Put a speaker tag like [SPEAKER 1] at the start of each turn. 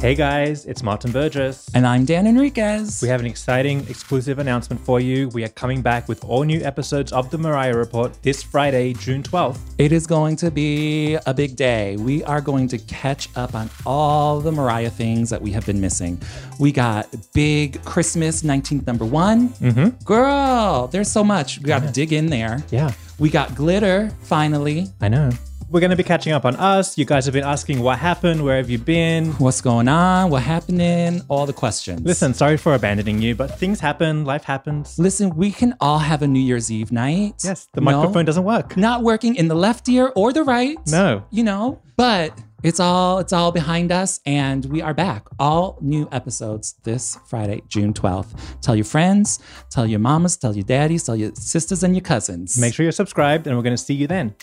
[SPEAKER 1] Hey guys, it's Martin Burgess.
[SPEAKER 2] And I'm Dan Enriquez.
[SPEAKER 1] We have an exciting exclusive announcement for you. We are coming back with all new episodes of The Mariah Report this Friday, June 12th.
[SPEAKER 2] It is going to be a big day. We are going to catch up on all the Mariah things that we have been missing. We got Big Christmas 19th number one. Mm-hmm. Girl, there's so much. We got to dig in there.
[SPEAKER 1] Yeah.
[SPEAKER 2] We got Glitter finally.
[SPEAKER 1] I know. We're going to be catching up on us. You guys have been asking what happened, where have you been?
[SPEAKER 2] What's going on? What happening? All the questions.
[SPEAKER 1] Listen, sorry for abandoning you, but things happen, life happens.
[SPEAKER 2] Listen, we can all have a New Year's Eve night.
[SPEAKER 1] Yes, the
[SPEAKER 2] No?
[SPEAKER 1] microphone doesn't work.
[SPEAKER 2] not working in the left ear or the right.
[SPEAKER 1] No.
[SPEAKER 2] You know, but it's all it's all behind us and we are back. All new episodes this Friday, June 12th. Tell your friends, tell your mamas, tell your daddies, tell your sisters and your cousins.
[SPEAKER 1] Make sure you're subscribed, and we're going to see you then.